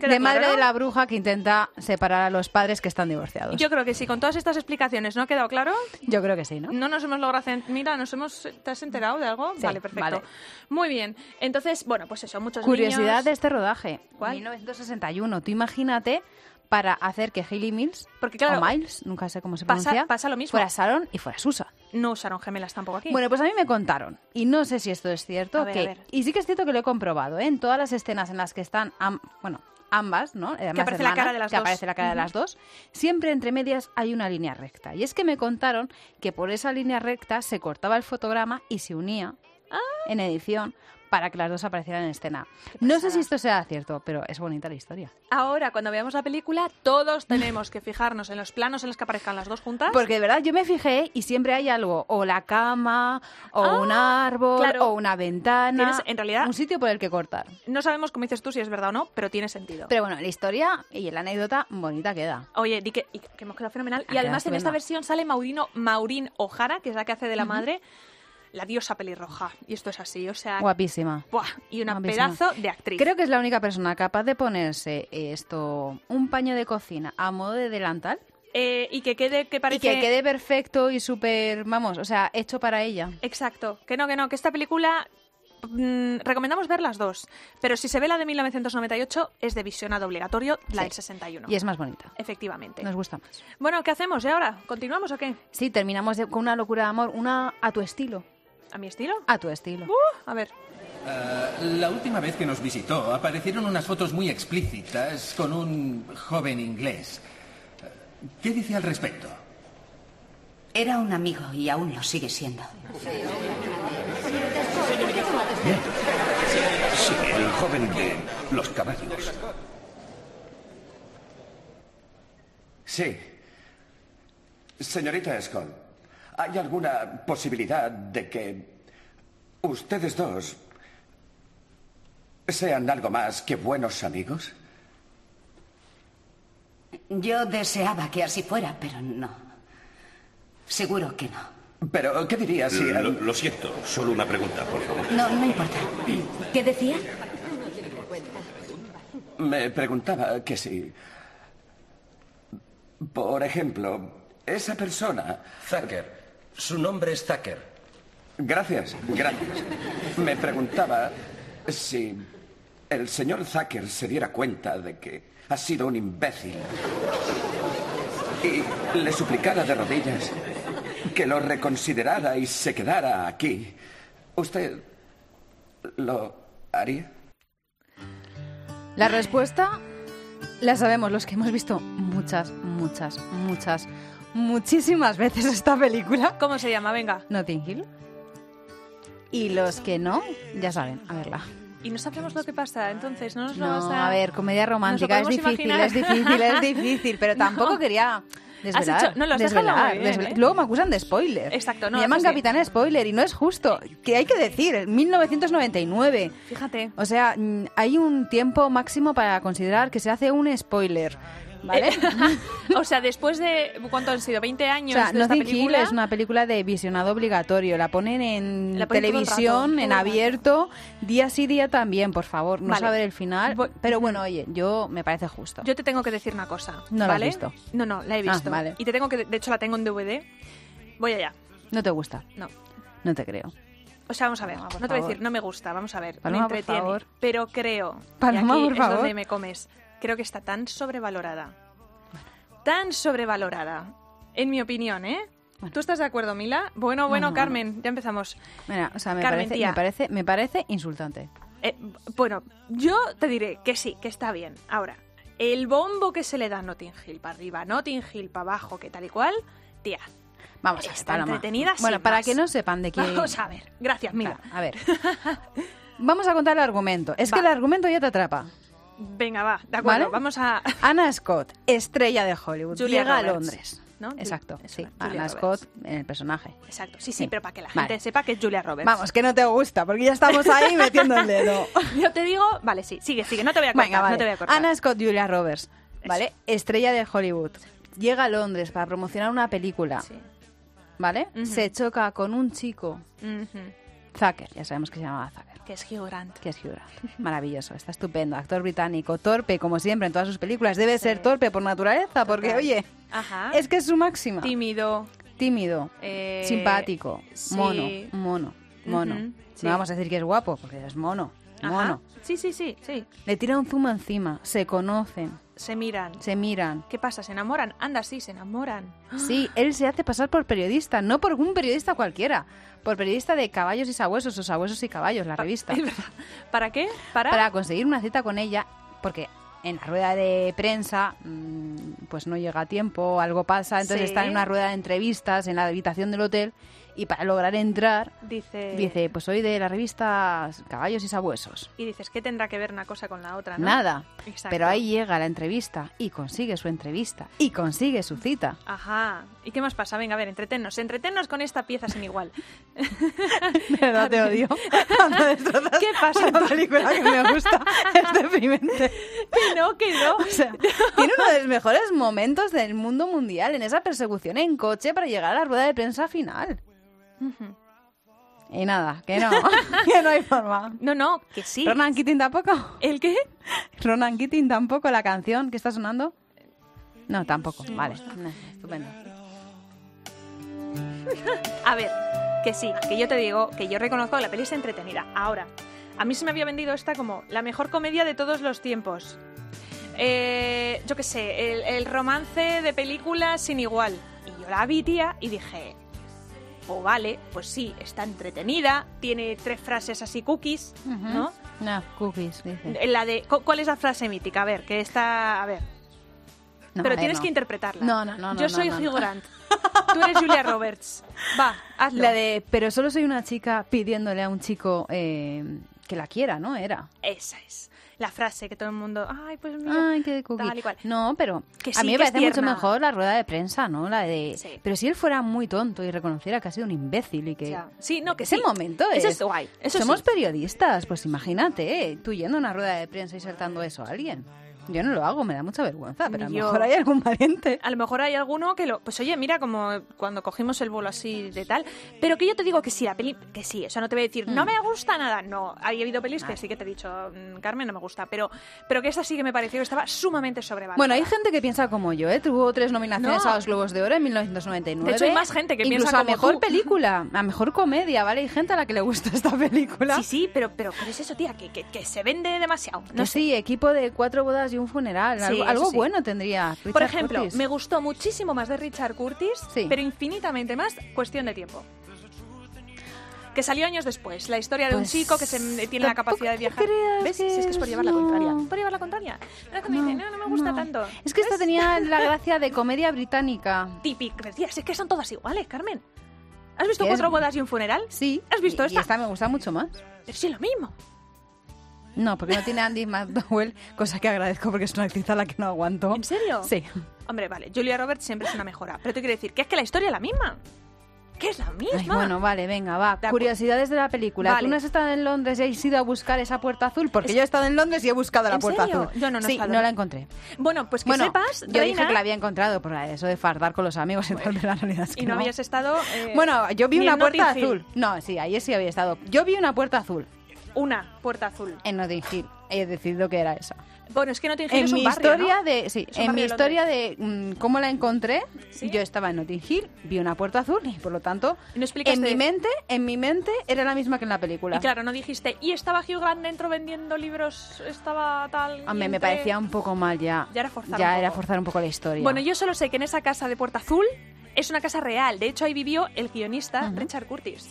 Speaker 1: Queda
Speaker 2: de madre
Speaker 1: claro,
Speaker 2: de
Speaker 1: ¿no?
Speaker 2: la bruja que intenta separar a los padres que están divorciados.
Speaker 1: Yo creo que sí, con todas estas explicaciones no ha quedado claro.
Speaker 2: Yo creo que sí, ¿no?
Speaker 1: No nos hemos logrado cen- Mira, ¿nos hemos... ¿te has enterado de algo?
Speaker 2: Sí,
Speaker 1: vale, perfecto.
Speaker 2: vale.
Speaker 1: Muy bien. Entonces, bueno, pues eso, muchos
Speaker 2: Curiosidad
Speaker 1: guiños.
Speaker 2: de este rodaje.
Speaker 1: ¿Cuál?
Speaker 2: 1961. Tú imagínate para hacer que Hayley Mills
Speaker 1: Porque, claro,
Speaker 2: o Miles, nunca sé cómo se
Speaker 1: pasa-
Speaker 2: pronuncia,
Speaker 1: pasa lo mismo.
Speaker 2: fuera Sharon y fuera Susa.
Speaker 1: No usaron gemelas tampoco aquí.
Speaker 2: Bueno, pues a mí me contaron, y no sé si esto es cierto,
Speaker 1: A ver, a
Speaker 2: que,
Speaker 1: ver.
Speaker 2: y sí que es cierto que lo he comprobado, ¿eh? en todas las escenas en las que están, am- bueno, ambas, ¿no? Eh, Además,
Speaker 1: aparece la
Speaker 2: hermanas,
Speaker 1: cara de las
Speaker 2: que
Speaker 1: dos.
Speaker 2: aparece la cara de las dos, siempre entre medias hay una línea recta. Y es que me contaron que por esa línea recta se cortaba el fotograma y se unía
Speaker 1: Ah.
Speaker 2: en edición para que las dos aparecieran en escena. No sé si esto sea cierto, pero es bonita la historia.
Speaker 1: Ahora, cuando veamos la película, todos tenemos que fijarnos en los planos en los que aparezcan las dos juntas.
Speaker 2: Porque de verdad yo me fijé y siempre hay algo, o la cama, o un árbol,
Speaker 1: Ah, claro.
Speaker 2: o una ventana,
Speaker 1: Tienes, en realidad-
Speaker 2: un sitio por el que cortar.
Speaker 1: no sabemos, como dices tú, si es verdad o no, pero tiene sentido.
Speaker 2: Pero bueno, la historia y la anécdota bonita queda.
Speaker 1: Oye, di que, y que hemos quedado fenomenal. Y
Speaker 2: quedado
Speaker 1: además en esta
Speaker 2: estupendo.
Speaker 1: versión sale Maurino, Maurín O'Hara, que es la que hace de la madre, la diosa pelirroja. Y esto es así, o sea...
Speaker 2: Guapísima.
Speaker 1: ¡buah! Y una
Speaker 2: Guapísima.
Speaker 1: pedazo de actriz.
Speaker 2: Creo que es la única persona capaz de ponerse esto, un paño de cocina a modo de delantal
Speaker 1: Eh, y que quede, que parece...
Speaker 2: y que quede perfecto y súper, vamos, o sea, hecho para ella.
Speaker 1: Exacto. Que no, que no, que esta película... mm, recomendamos ver las dos, pero si se ve la de 1998 es de visionado obligatorio la
Speaker 2: Sí.
Speaker 1: del 61.
Speaker 2: Y es más bonita.
Speaker 1: Efectivamente.
Speaker 2: Nos gusta más.
Speaker 1: Bueno, ¿qué hacemos? ¿Y ahora? ¿Continuamos o qué?
Speaker 2: Sí, terminamos de- con una locura de amor, una a tu estilo.
Speaker 1: ¿A mi estilo?
Speaker 2: A tu estilo.
Speaker 1: Uh, a ver.
Speaker 4: La última vez que nos visitó aparecieron unas fotos muy explícitas con un joven inglés. ¿Qué dice al respecto?
Speaker 10: Era un amigo y aún lo sigue siendo.
Speaker 4: Sí, el joven de los caballos. Sí. Señorita Escol, ¿hay alguna posibilidad de que ustedes dos sean algo más que buenos amigos?
Speaker 10: Yo deseaba que así fuera, pero no. Seguro que no.
Speaker 4: Pero, ¿qué diría si...
Speaker 11: Lo, lo siento, solo una pregunta, por favor.
Speaker 10: No, no importa. ¿Qué decía?
Speaker 4: Me preguntaba que si... Por ejemplo, esa persona... Thacker. Su nombre es Thacker. Gracias, gracias. Me preguntaba si el señor Thacker se diera cuenta de que ha sido un imbécil y le suplicara de rodillas que lo reconsiderara y se quedara aquí. ¿Usted lo haría?
Speaker 2: La respuesta la sabemos los que hemos visto muchas, muchas, muchas, muchísimas veces esta película,
Speaker 1: ¿Cómo se llama? Venga.
Speaker 2: Notting Hill. Y los que no, ya saben, a verla.
Speaker 1: Y no sabemos lo que pasa, entonces no nos lo vas
Speaker 2: No,
Speaker 1: a...
Speaker 2: a ver, comedia romántica es
Speaker 1: podemos
Speaker 2: difícil,
Speaker 1: imaginar.
Speaker 2: es difícil, es difícil, pero tampoco quería desvelar.
Speaker 1: hecho- no, lo has
Speaker 2: desvelar,
Speaker 1: dejado muy bien,
Speaker 2: desvelar.
Speaker 1: ¿eh?
Speaker 2: Luego me acusan de spoiler.
Speaker 1: Exacto, no,
Speaker 2: Me llaman
Speaker 1: eso sí.
Speaker 2: capitán spoiler y no es justo. Que hay que decir, 1999.
Speaker 1: Fíjate.
Speaker 2: O sea, mm, hay un tiempo máximo para considerar que se hace un spoiler, ¿vale?
Speaker 1: o sea, después de... ¿Cuánto han sido? ¿20
Speaker 2: O
Speaker 1: años
Speaker 2: sea,
Speaker 1: de esta
Speaker 2: Notting Hill
Speaker 1: película?
Speaker 2: es una película de visionado obligatorio. La ponen en
Speaker 1: La ponen todo el rato,
Speaker 2: televisión,
Speaker 1: todo el
Speaker 2: en
Speaker 1: rato.
Speaker 2: abierto, día sí, día también, por favor. No
Speaker 1: Vale.
Speaker 2: saber el final.
Speaker 1: Voy-
Speaker 2: Pero bueno, oye, yo me parece justo.
Speaker 1: Yo te tengo que decir una cosa.
Speaker 2: No la has
Speaker 1: ¿vale?
Speaker 2: visto.
Speaker 1: No, no, la he
Speaker 2: Ah,
Speaker 1: visto.
Speaker 2: vale.
Speaker 1: Y te tengo que... De hecho, la tengo en DVD. Voy allá.
Speaker 2: No te gusta,
Speaker 1: No.
Speaker 2: no te creo.
Speaker 1: O sea, vamos a ver.
Speaker 2: Paloma, por
Speaker 1: no te voy a
Speaker 2: favor.
Speaker 1: decir, no me gusta, vamos a ver.
Speaker 2: Paloma,
Speaker 1: me
Speaker 2: por
Speaker 1: entretiene.
Speaker 2: favor.
Speaker 1: Pero creo.
Speaker 2: Paloma,
Speaker 1: y aquí
Speaker 2: por
Speaker 1: es
Speaker 2: favor.
Speaker 1: donde me comes. Creo que está tan sobrevalorada. Tan sobrevalorada. En mi opinión, ¿eh? ¿Tú estás de acuerdo, Mila? Bueno, bueno,
Speaker 2: Bueno,
Speaker 1: Carmen, ya empezamos.
Speaker 2: Mira, o sea, me,
Speaker 1: Carmen,
Speaker 2: parece,
Speaker 1: tía.
Speaker 2: me, parece, me parece insultante.
Speaker 1: Eh, b- bueno, yo te diré que sí, que está bien. Ahora, el bombo que se le da a Notting Hill para arriba, Notting Hill para abajo, que tal y cual, tía.
Speaker 2: Vamos a ver,
Speaker 1: Está
Speaker 2: Pues Paloma.
Speaker 1: entretenida, sin
Speaker 2: Bueno, para
Speaker 1: más.
Speaker 2: que no sepan de quién...
Speaker 1: Vamos a ver. Gracias, Mila.
Speaker 2: Claro, a ver. Vamos a contar el argumento. Es
Speaker 1: Va.
Speaker 2: que el argumento ya te atrapa.
Speaker 1: Venga, va, de acuerdo,
Speaker 2: ¿Vale?
Speaker 1: vamos a.
Speaker 2: Ana Scott, estrella de Hollywood,
Speaker 1: Julia
Speaker 2: llega a
Speaker 1: Roberts,
Speaker 2: Londres.
Speaker 1: ¿no? Ju-
Speaker 2: Exacto,
Speaker 1: eso,
Speaker 2: sí.
Speaker 1: Julia
Speaker 2: Ana
Speaker 1: Roberts.
Speaker 2: Scott en el personaje.
Speaker 1: Exacto, sí, sí,
Speaker 2: Sí.
Speaker 1: pero para que la
Speaker 2: Vale.
Speaker 1: gente sepa que es Julia Roberts.
Speaker 2: Vamos, que no te gusta, porque ya estamos ahí metiendo el dedo.
Speaker 1: Yo te digo, vale, sí, sigue, sigue, no te voy a cortar,
Speaker 2: Venga, vale.
Speaker 1: no te voy a cortar.
Speaker 2: Ana Scott Julia Roberts, ¿vale? Estrella de Hollywood. Llega a Londres para promocionar una película,
Speaker 1: Sí.
Speaker 2: ¿vale?
Speaker 1: Ujú.
Speaker 2: Se choca con un chico,
Speaker 1: Ujú.
Speaker 2: Zucker, ya sabemos que se llamaba Zucker,
Speaker 1: Que es Hugh Grant.
Speaker 2: que es Hugh Grant. Maravilloso, está estupendo. Actor británico, torpe, como siempre en todas sus películas. Debe ser torpe por naturaleza, porque,
Speaker 1: Total. Ah.
Speaker 2: oye,
Speaker 1: Ajá.
Speaker 2: es que es su máxima.
Speaker 1: tímido.
Speaker 2: Tímido,
Speaker 1: eh,
Speaker 2: simpático,
Speaker 1: sí.
Speaker 2: mono, mono, mono.
Speaker 1: Ujú, sí.
Speaker 2: No vamos a decir que es guapo, porque es mono,
Speaker 1: Ajá.
Speaker 2: mono.
Speaker 1: Sí, sí, sí, sí.
Speaker 2: Le tira un zumo encima, se conocen,
Speaker 1: Se miran.
Speaker 2: se miran.
Speaker 1: ¿Qué pasa? ¿Se enamoran? Anda, sí, se enamoran.
Speaker 2: Sí, él se hace pasar por periodista, no por un periodista cualquiera, por periodista de caballos y sabuesos o sabuesos y caballos, la revista.
Speaker 1: Ah, Es verdad. ¿Para qué? Para.
Speaker 2: Para conseguir una cita con ella, porque en la rueda de prensa mm, pues no llega a tiempo, algo pasa, entonces
Speaker 1: Sí.
Speaker 2: está en una rueda de entrevistas en la habitación del hotel y para lograr entrar
Speaker 1: Dice.
Speaker 2: dice, pues soy de la revista Caballos y Sabuesos.
Speaker 1: Y dices, ¿qué tendrá que ver una cosa con la otra? Ah, ¿no?
Speaker 2: Nada.
Speaker 1: Exacto.
Speaker 2: Pero ahí llega la entrevista y consigue su entrevista y consigue su cita.
Speaker 1: Ajá. ¿Y qué más pasa? Venga, a ver, entretennos. Entretennos con esta pieza sin igual.
Speaker 2: De verdad te odio. Cuando destrozas
Speaker 1: ¿Qué pasa
Speaker 2: Una
Speaker 1: entonces?
Speaker 2: película que me gusta es deprimente.
Speaker 1: Que no, que no.
Speaker 2: O sea, tiene uno de los mejores momentos del mundo mundial en esa persecución en coche para llegar a la rueda de prensa final. Y nada, que no, que no hay forma.
Speaker 1: No, no, que sí.
Speaker 2: Ronan Keating tampoco.
Speaker 1: ¿El qué?
Speaker 2: Ronan Keating tampoco, la canción que está sonando. No, tampoco. Vale. Nah, Estupendo.
Speaker 1: A ver, Que sí, que yo te digo, que yo reconozco que la peli es entretenida. Ahora, a mí se me había vendido esta como la mejor comedia de todos los tiempos. Eh, yo qué sé, el, el romance de película sin igual. Y yo la vi, tía, y dije, o vale, pues sí, está entretenida, tiene tres frases así cookies,
Speaker 2: Ujú.
Speaker 1: ¿no?
Speaker 2: No, cookies, dice.
Speaker 1: La de, cu- ¿Cuál es la frase mítica? A ver, que está... A ver.
Speaker 2: No,
Speaker 1: Pero
Speaker 2: a ver,
Speaker 1: tienes
Speaker 2: no.
Speaker 1: que interpretarla.
Speaker 2: No, no, no, no,
Speaker 1: Yo soy
Speaker 2: no, no.
Speaker 1: Hugh Grant. Tú eres Julia Roberts. Va, hazlo.
Speaker 2: La de, pero solo soy una chica pidiéndole a un chico eh, que la quiera, ¿no? Era.
Speaker 1: Esa es la frase que todo el mundo... Ay, pues mira,
Speaker 2: Ay, qué cookie.
Speaker 1: tal y cual.
Speaker 2: No, pero
Speaker 1: Que
Speaker 2: a
Speaker 1: sí,
Speaker 2: mí
Speaker 1: que
Speaker 2: me
Speaker 1: es
Speaker 2: parece mucho
Speaker 1: tierna.
Speaker 2: mejor la rueda de prensa, ¿no? La de.
Speaker 1: Sí.
Speaker 2: Pero si él fuera muy tonto y reconociera que ha sido un imbécil y que.
Speaker 1: Ya. Sí, no, que
Speaker 2: Ese
Speaker 1: sí.
Speaker 2: momento es.
Speaker 1: Eso es guay. Eso
Speaker 2: Somos
Speaker 1: sí.
Speaker 2: periodistas, pues imagínate, ¿eh? tú yendo a una rueda de prensa y saltando eso a alguien. Yo no lo hago, me da mucha vergüenza, pero a lo
Speaker 1: Yo- Ah,
Speaker 2: mejor hay algún valiente.
Speaker 1: A lo mejor hay alguno que lo... Pues oye, mira como cuando cogimos el vuelo así de tal. Pero que yo te digo que sí, la peli... Que sí, o sea, no te voy a decir,
Speaker 2: Mm.
Speaker 1: no me gusta nada. No, ha habido pelis que sí que te he dicho, "Mm, Carmen, no me gusta. Pero, pero que esta sí que me pareció que estaba sumamente sobrevalorada.
Speaker 2: Bueno, hay gente que piensa como yo, ¿eh? Tuvo tres nominaciones
Speaker 1: No.
Speaker 2: a los Globos de Oro en 1999.
Speaker 1: De hecho, hay más gente que
Speaker 2: Incluso
Speaker 1: piensa
Speaker 2: a
Speaker 1: como
Speaker 2: mejor
Speaker 1: tú.
Speaker 2: película, a mejor comedia, ¿vale? Hay gente a la que le gusta esta película.
Speaker 1: Sí, sí, pero, pero, pero es eso, tía, que, que, que se vende demasiado.
Speaker 2: Que
Speaker 1: No sé.
Speaker 2: sí, equipo de cuatro bodas y un funeral.
Speaker 1: Sí,
Speaker 2: algo
Speaker 1: eso
Speaker 2: algo
Speaker 1: sí.
Speaker 2: bueno tendría.
Speaker 1: Por
Speaker 2: Richard
Speaker 1: ejemplo,
Speaker 2: Curtis.
Speaker 1: me gustó muchísimo más de Richard Curtis,
Speaker 2: Sí.
Speaker 1: pero infinitamente más cuestión de tiempo. Que salió años después, la historia de un
Speaker 2: Pues,
Speaker 1: chico que se, tiene la
Speaker 2: tampoco
Speaker 1: capacidad de
Speaker 2: te
Speaker 1: viajar.
Speaker 2: creas
Speaker 1: ¿Ves?
Speaker 2: que
Speaker 1: Si es que es por
Speaker 2: es-
Speaker 1: llevar la
Speaker 2: no.
Speaker 1: contraria. Por llevar la contraria. Mira cuando me dice, no, no me gusta
Speaker 2: no.
Speaker 1: tanto.
Speaker 2: Es que esta tenía la gracia de comedia británica.
Speaker 1: Típica, tía, si es que son todas iguales, Carmen. ¿Has visto
Speaker 2: Que es-
Speaker 1: cuatro bodas y un funeral?
Speaker 2: Sí.
Speaker 1: ¿Has visto
Speaker 2: y- y
Speaker 1: esta?
Speaker 2: esta me gusta mucho más.
Speaker 1: Pero sí, lo mismo.
Speaker 2: No, porque no tiene a Andy McDowell, cosa que agradezco porque es una actriz a la que no aguanto.
Speaker 1: ¿En serio?
Speaker 2: Sí.
Speaker 1: Hombre, vale, Julia Roberts siempre es una mejora. Pero te quiero decir que es que la historia es la misma. Que es la misma.
Speaker 2: Ay, bueno, vale, venga, va.
Speaker 1: De acu-
Speaker 2: Curiosidades de la película.
Speaker 1: Vale.
Speaker 2: ¿Tú no has estado en Londres y has ido a buscar esa puerta azul? Porque yo he estado en Londres y he buscado la
Speaker 1: ¿En
Speaker 2: puerta
Speaker 1: serio?
Speaker 2: azul.
Speaker 1: Yo no, no he
Speaker 2: sí,
Speaker 1: estado.
Speaker 2: no la encontré.
Speaker 1: Bueno, pues que
Speaker 2: bueno,
Speaker 1: sepas,
Speaker 2: yo dije
Speaker 1: reina,
Speaker 2: que la había encontrado por eso de fardar con los amigos y tal, pero la realidad es que
Speaker 1: y no, habías estado. eh,
Speaker 2: Bueno, yo vi
Speaker 1: ni
Speaker 2: una
Speaker 1: en Notting
Speaker 2: puerta
Speaker 1: Hill.
Speaker 2: azul. No, sí, ahí sí había estado. Yo vi una puerta azul
Speaker 1: Una puerta azul.
Speaker 2: en Notting Hill. He decidido que era esa.
Speaker 1: Bueno, es que Notting Hill
Speaker 2: En
Speaker 1: es un
Speaker 2: mi
Speaker 1: barrio,
Speaker 2: historia
Speaker 1: ¿no?
Speaker 2: de sí,
Speaker 1: Es un
Speaker 2: en mi
Speaker 1: barrio de
Speaker 2: historia de mm, cómo la encontré,
Speaker 1: ¿Sí?
Speaker 2: yo estaba en Notting Hill, vi una puerta azul y por lo tanto,
Speaker 1: Y no
Speaker 2: en
Speaker 1: explicaste-
Speaker 2: mi mente, en mi mente era la misma que en la película.
Speaker 1: Y claro, no dijiste, y estaba Hugh Grant dentro vendiendo libros, estaba tal... y
Speaker 2: Hombre, me
Speaker 1: entré".
Speaker 2: parecía un poco mal ya.
Speaker 1: Ya era forzar
Speaker 2: Ya
Speaker 1: un
Speaker 2: era
Speaker 1: poco.
Speaker 2: forzar un poco la historia.
Speaker 1: Bueno, yo solo sé que en esa casa de Puerta Azul es una casa real. De hecho, ahí vivió el guionista Richard Curtis.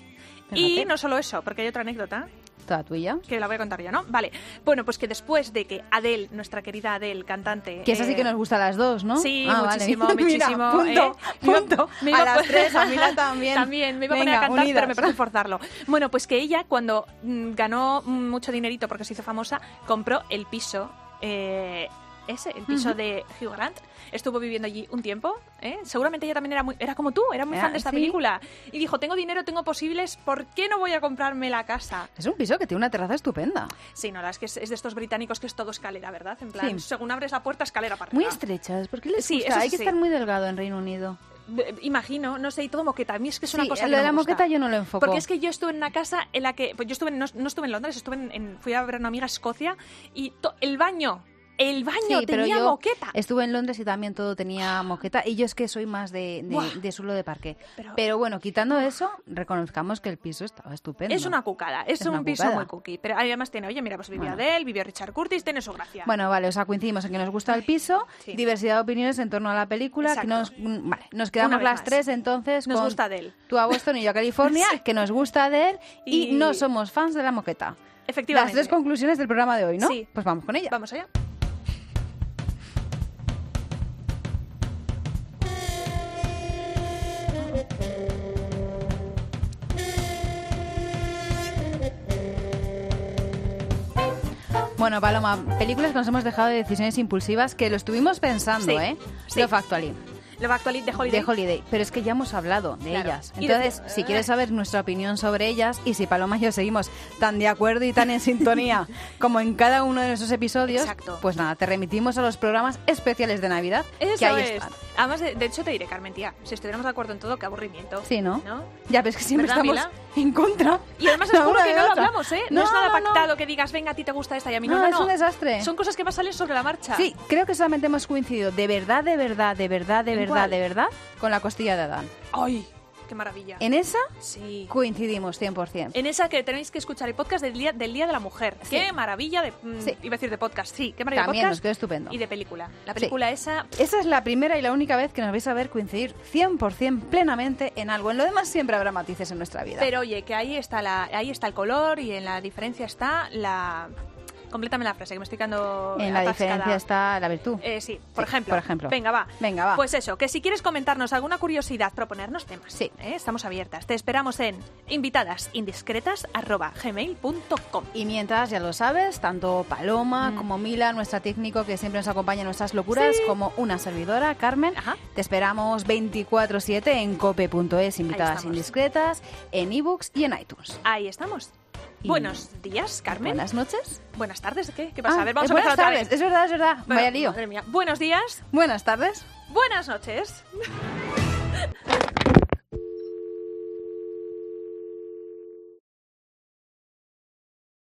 Speaker 1: Y
Speaker 2: Fíjate.
Speaker 1: no solo eso, porque hay otra anécdota
Speaker 2: Toda tuya.
Speaker 1: que la voy a contar yo, ¿no? Vale. Bueno, pues que después de que Adele, nuestra querida Adele, cantante...
Speaker 2: Que es así
Speaker 1: eh,
Speaker 2: que nos gusta a las dos, ¿no?
Speaker 1: Sí,
Speaker 2: Ah, vale.
Speaker 1: muchísimo,
Speaker 2: Mira,
Speaker 1: muchísimo.
Speaker 2: punto,
Speaker 1: ¿eh? Me iba-
Speaker 2: punto.
Speaker 1: me iba
Speaker 2: a las
Speaker 1: poner-
Speaker 2: tres, a Mila también.
Speaker 1: También, me iba a poner
Speaker 2: Venga,
Speaker 1: a cantar,
Speaker 2: unidas.
Speaker 1: pero me parece forzarlo. Bueno, pues que ella, cuando mm, ganó mucho dinerito porque se hizo famosa, compró el piso. eh, ese, el piso de Hugh Grant. Estuvo viviendo allí un tiempo. ¿eh? Seguramente ella también era, muy- era como tú, era muy
Speaker 2: Ah,
Speaker 1: fan de esta
Speaker 2: sí.
Speaker 1: película. Y dijo: Tengo dinero, tengo posibles, ¿por qué no voy a comprarme la casa?
Speaker 2: Es un piso que tiene una terraza estupenda.
Speaker 1: Sí, no, la es que es, es de estos británicos que es todo escalera, ¿verdad? En plan,
Speaker 2: Sí.
Speaker 1: según abres la puerta, escalera para
Speaker 2: Muy
Speaker 1: arriba.
Speaker 2: estrechas, porque les
Speaker 1: Ah. Sí,
Speaker 2: gusta.
Speaker 1: eso
Speaker 2: Hay
Speaker 1: sí.
Speaker 2: que estar muy delgado en Reino Unido.
Speaker 1: Eh, Imagino, no sé, y todo moqueta. A mí es que es una
Speaker 2: Sí, eh,
Speaker 1: cosa
Speaker 2: lo
Speaker 1: que no
Speaker 2: de la
Speaker 1: me gusta.
Speaker 2: moqueta yo no lo enfoco.
Speaker 1: Porque es que yo estuve en una casa en la que. Pues yo estuve en- no, no estuve en Londres, estuve en, en- fui a ver a una amiga a Escocia y to- el baño. El baño
Speaker 2: Sí, pero
Speaker 1: tenía
Speaker 2: yo
Speaker 1: moqueta.
Speaker 2: Estuve en Londres y también todo tenía moqueta. Y yo es que soy más de, de,
Speaker 1: Buah.
Speaker 2: de suelo de parque.
Speaker 1: Pero-
Speaker 2: Pero, bueno, quitando eso, reconozcamos que el piso estaba estupendo.
Speaker 1: Es una cucada, es,
Speaker 2: Es
Speaker 1: un
Speaker 2: una
Speaker 1: piso
Speaker 2: cucada.
Speaker 1: muy cookie. Pero además tiene, oye, mira, pues vivió
Speaker 2: Bueno.
Speaker 1: Adele, vivió Richard Curtis, tiene su gracia.
Speaker 2: Bueno, vale, o sea, coincidimos en que nos gusta el piso,
Speaker 1: sí.
Speaker 2: diversidad de opiniones en torno a la película, que nos,
Speaker 1: Exacto.
Speaker 2: mm, vale, nos
Speaker 1: Una
Speaker 2: quedamos
Speaker 1: vez
Speaker 2: las
Speaker 1: más.
Speaker 2: tres entonces.
Speaker 1: Nos
Speaker 2: con
Speaker 1: gusta Adele.
Speaker 2: Tú a Boston y yo a California, que nos gusta de él y...
Speaker 1: Y-
Speaker 2: no somos fans de la moqueta. Las
Speaker 1: Efectivamente.
Speaker 2: tres conclusiones del programa de hoy, ¿no?
Speaker 1: Sí.
Speaker 2: Pues vamos con ella.
Speaker 1: Vamos allá.
Speaker 2: Bueno, Paloma, películas que nos hemos dejado de decisiones impulsivas que lo estuvimos
Speaker 1: Sí,
Speaker 2: pensando, ¿eh?
Speaker 1: sí.
Speaker 2: Lo factualí.
Speaker 1: Lo actual de Holiday.
Speaker 2: de Holiday, pero es que ya hemos hablado de
Speaker 1: Claro.
Speaker 2: ellas.
Speaker 1: Y
Speaker 2: Entonces,
Speaker 1: decía-
Speaker 2: si quieres saber nuestra opinión sobre ellas y si Paloma y yo seguimos tan de acuerdo y tan en sintonía como en cada uno de nuestros episodios,
Speaker 1: Exacto.
Speaker 2: pues nada, te remitimos a los programas especiales de Navidad
Speaker 1: Eso
Speaker 2: que ahí
Speaker 1: es.
Speaker 2: están.
Speaker 1: Además, de, de hecho, te diré, Carmen, tía, si estuviéramos de acuerdo en todo, qué aburrimiento.
Speaker 2: Sí, ¿no?
Speaker 1: ¿No?
Speaker 2: Ya ves que siempre
Speaker 1: ¿Verdad,
Speaker 2: estamos en contra.
Speaker 1: Y además
Speaker 2: la
Speaker 1: os juro
Speaker 2: una
Speaker 1: que
Speaker 2: de
Speaker 1: no lo
Speaker 2: otra.
Speaker 1: hablamos, ¿eh? No, es nada pactado que digas, venga, a ti te gusta esta y a mí no.
Speaker 2: No,
Speaker 1: no,
Speaker 2: es un
Speaker 1: no.
Speaker 2: desastre.
Speaker 1: Son cosas que más salen sobre la marcha.
Speaker 2: Sí, creo que solamente hemos coincidido de verdad, de verdad, de verdad, de
Speaker 1: ¿En
Speaker 2: verdad,
Speaker 1: cuál?
Speaker 2: de verdad con la costilla de Adán.
Speaker 1: ¡Ay! Qué maravilla.
Speaker 2: En esa
Speaker 1: Sí.
Speaker 2: coincidimos 100%.
Speaker 1: En esa que tenéis que escuchar el podcast del Día, del día de la Mujer. Qué maravilla de... mm, Iba a decir de podcast, sí. Qué maravilla
Speaker 2: También
Speaker 1: de
Speaker 2: nos
Speaker 1: podcast
Speaker 2: quedó estupendo.
Speaker 1: y de película. La
Speaker 2: Sí.
Speaker 1: película esa...
Speaker 2: Esa es la primera y la única vez que nos vais a ver coincidir 100% plenamente en algo. En lo demás siempre habrá matices en nuestra vida.
Speaker 1: Pero oye, que ahí está, la, ahí está el color y en la diferencia está la... Complétame la frase, que me estoy quedando
Speaker 2: en la
Speaker 1: eh, atascada.
Speaker 2: diferencia está la virtud.
Speaker 1: Eh, sí, por
Speaker 2: Sí,
Speaker 1: ejemplo.
Speaker 2: por ejemplo.
Speaker 1: Venga, va.
Speaker 2: Venga, va.
Speaker 1: Pues eso, que si quieres comentarnos alguna curiosidad, proponernos temas, sí. estamos abiertas. Te esperamos en invitadasindiscretas.gmail.com
Speaker 2: Y mientras, ya lo sabes, tanto Paloma
Speaker 1: Mm.
Speaker 2: como Mila, nuestra técnico que siempre nos acompaña en nuestras locuras, como una servidora, Carmen, te esperamos 24-7 en cope.es, invitadas
Speaker 1: estamos.
Speaker 2: indiscretas, en ebooks y en iTunes.
Speaker 1: Ahí estamos.
Speaker 2: Y-
Speaker 1: Buenos días, Carmen.
Speaker 2: Buenas noches.
Speaker 1: Buenas tardes, ¿qué? ¿Qué pasa? Pues
Speaker 2: Ah,
Speaker 1: a ver, vamos
Speaker 2: es
Speaker 1: a empezar
Speaker 2: buenas
Speaker 1: otra
Speaker 2: tardes,
Speaker 1: vez.
Speaker 2: es verdad, es verdad.
Speaker 1: Bueno,
Speaker 2: Vaya lío.
Speaker 1: Madre mía. Buenos días,
Speaker 2: Buenas tardes.
Speaker 1: buenas noches.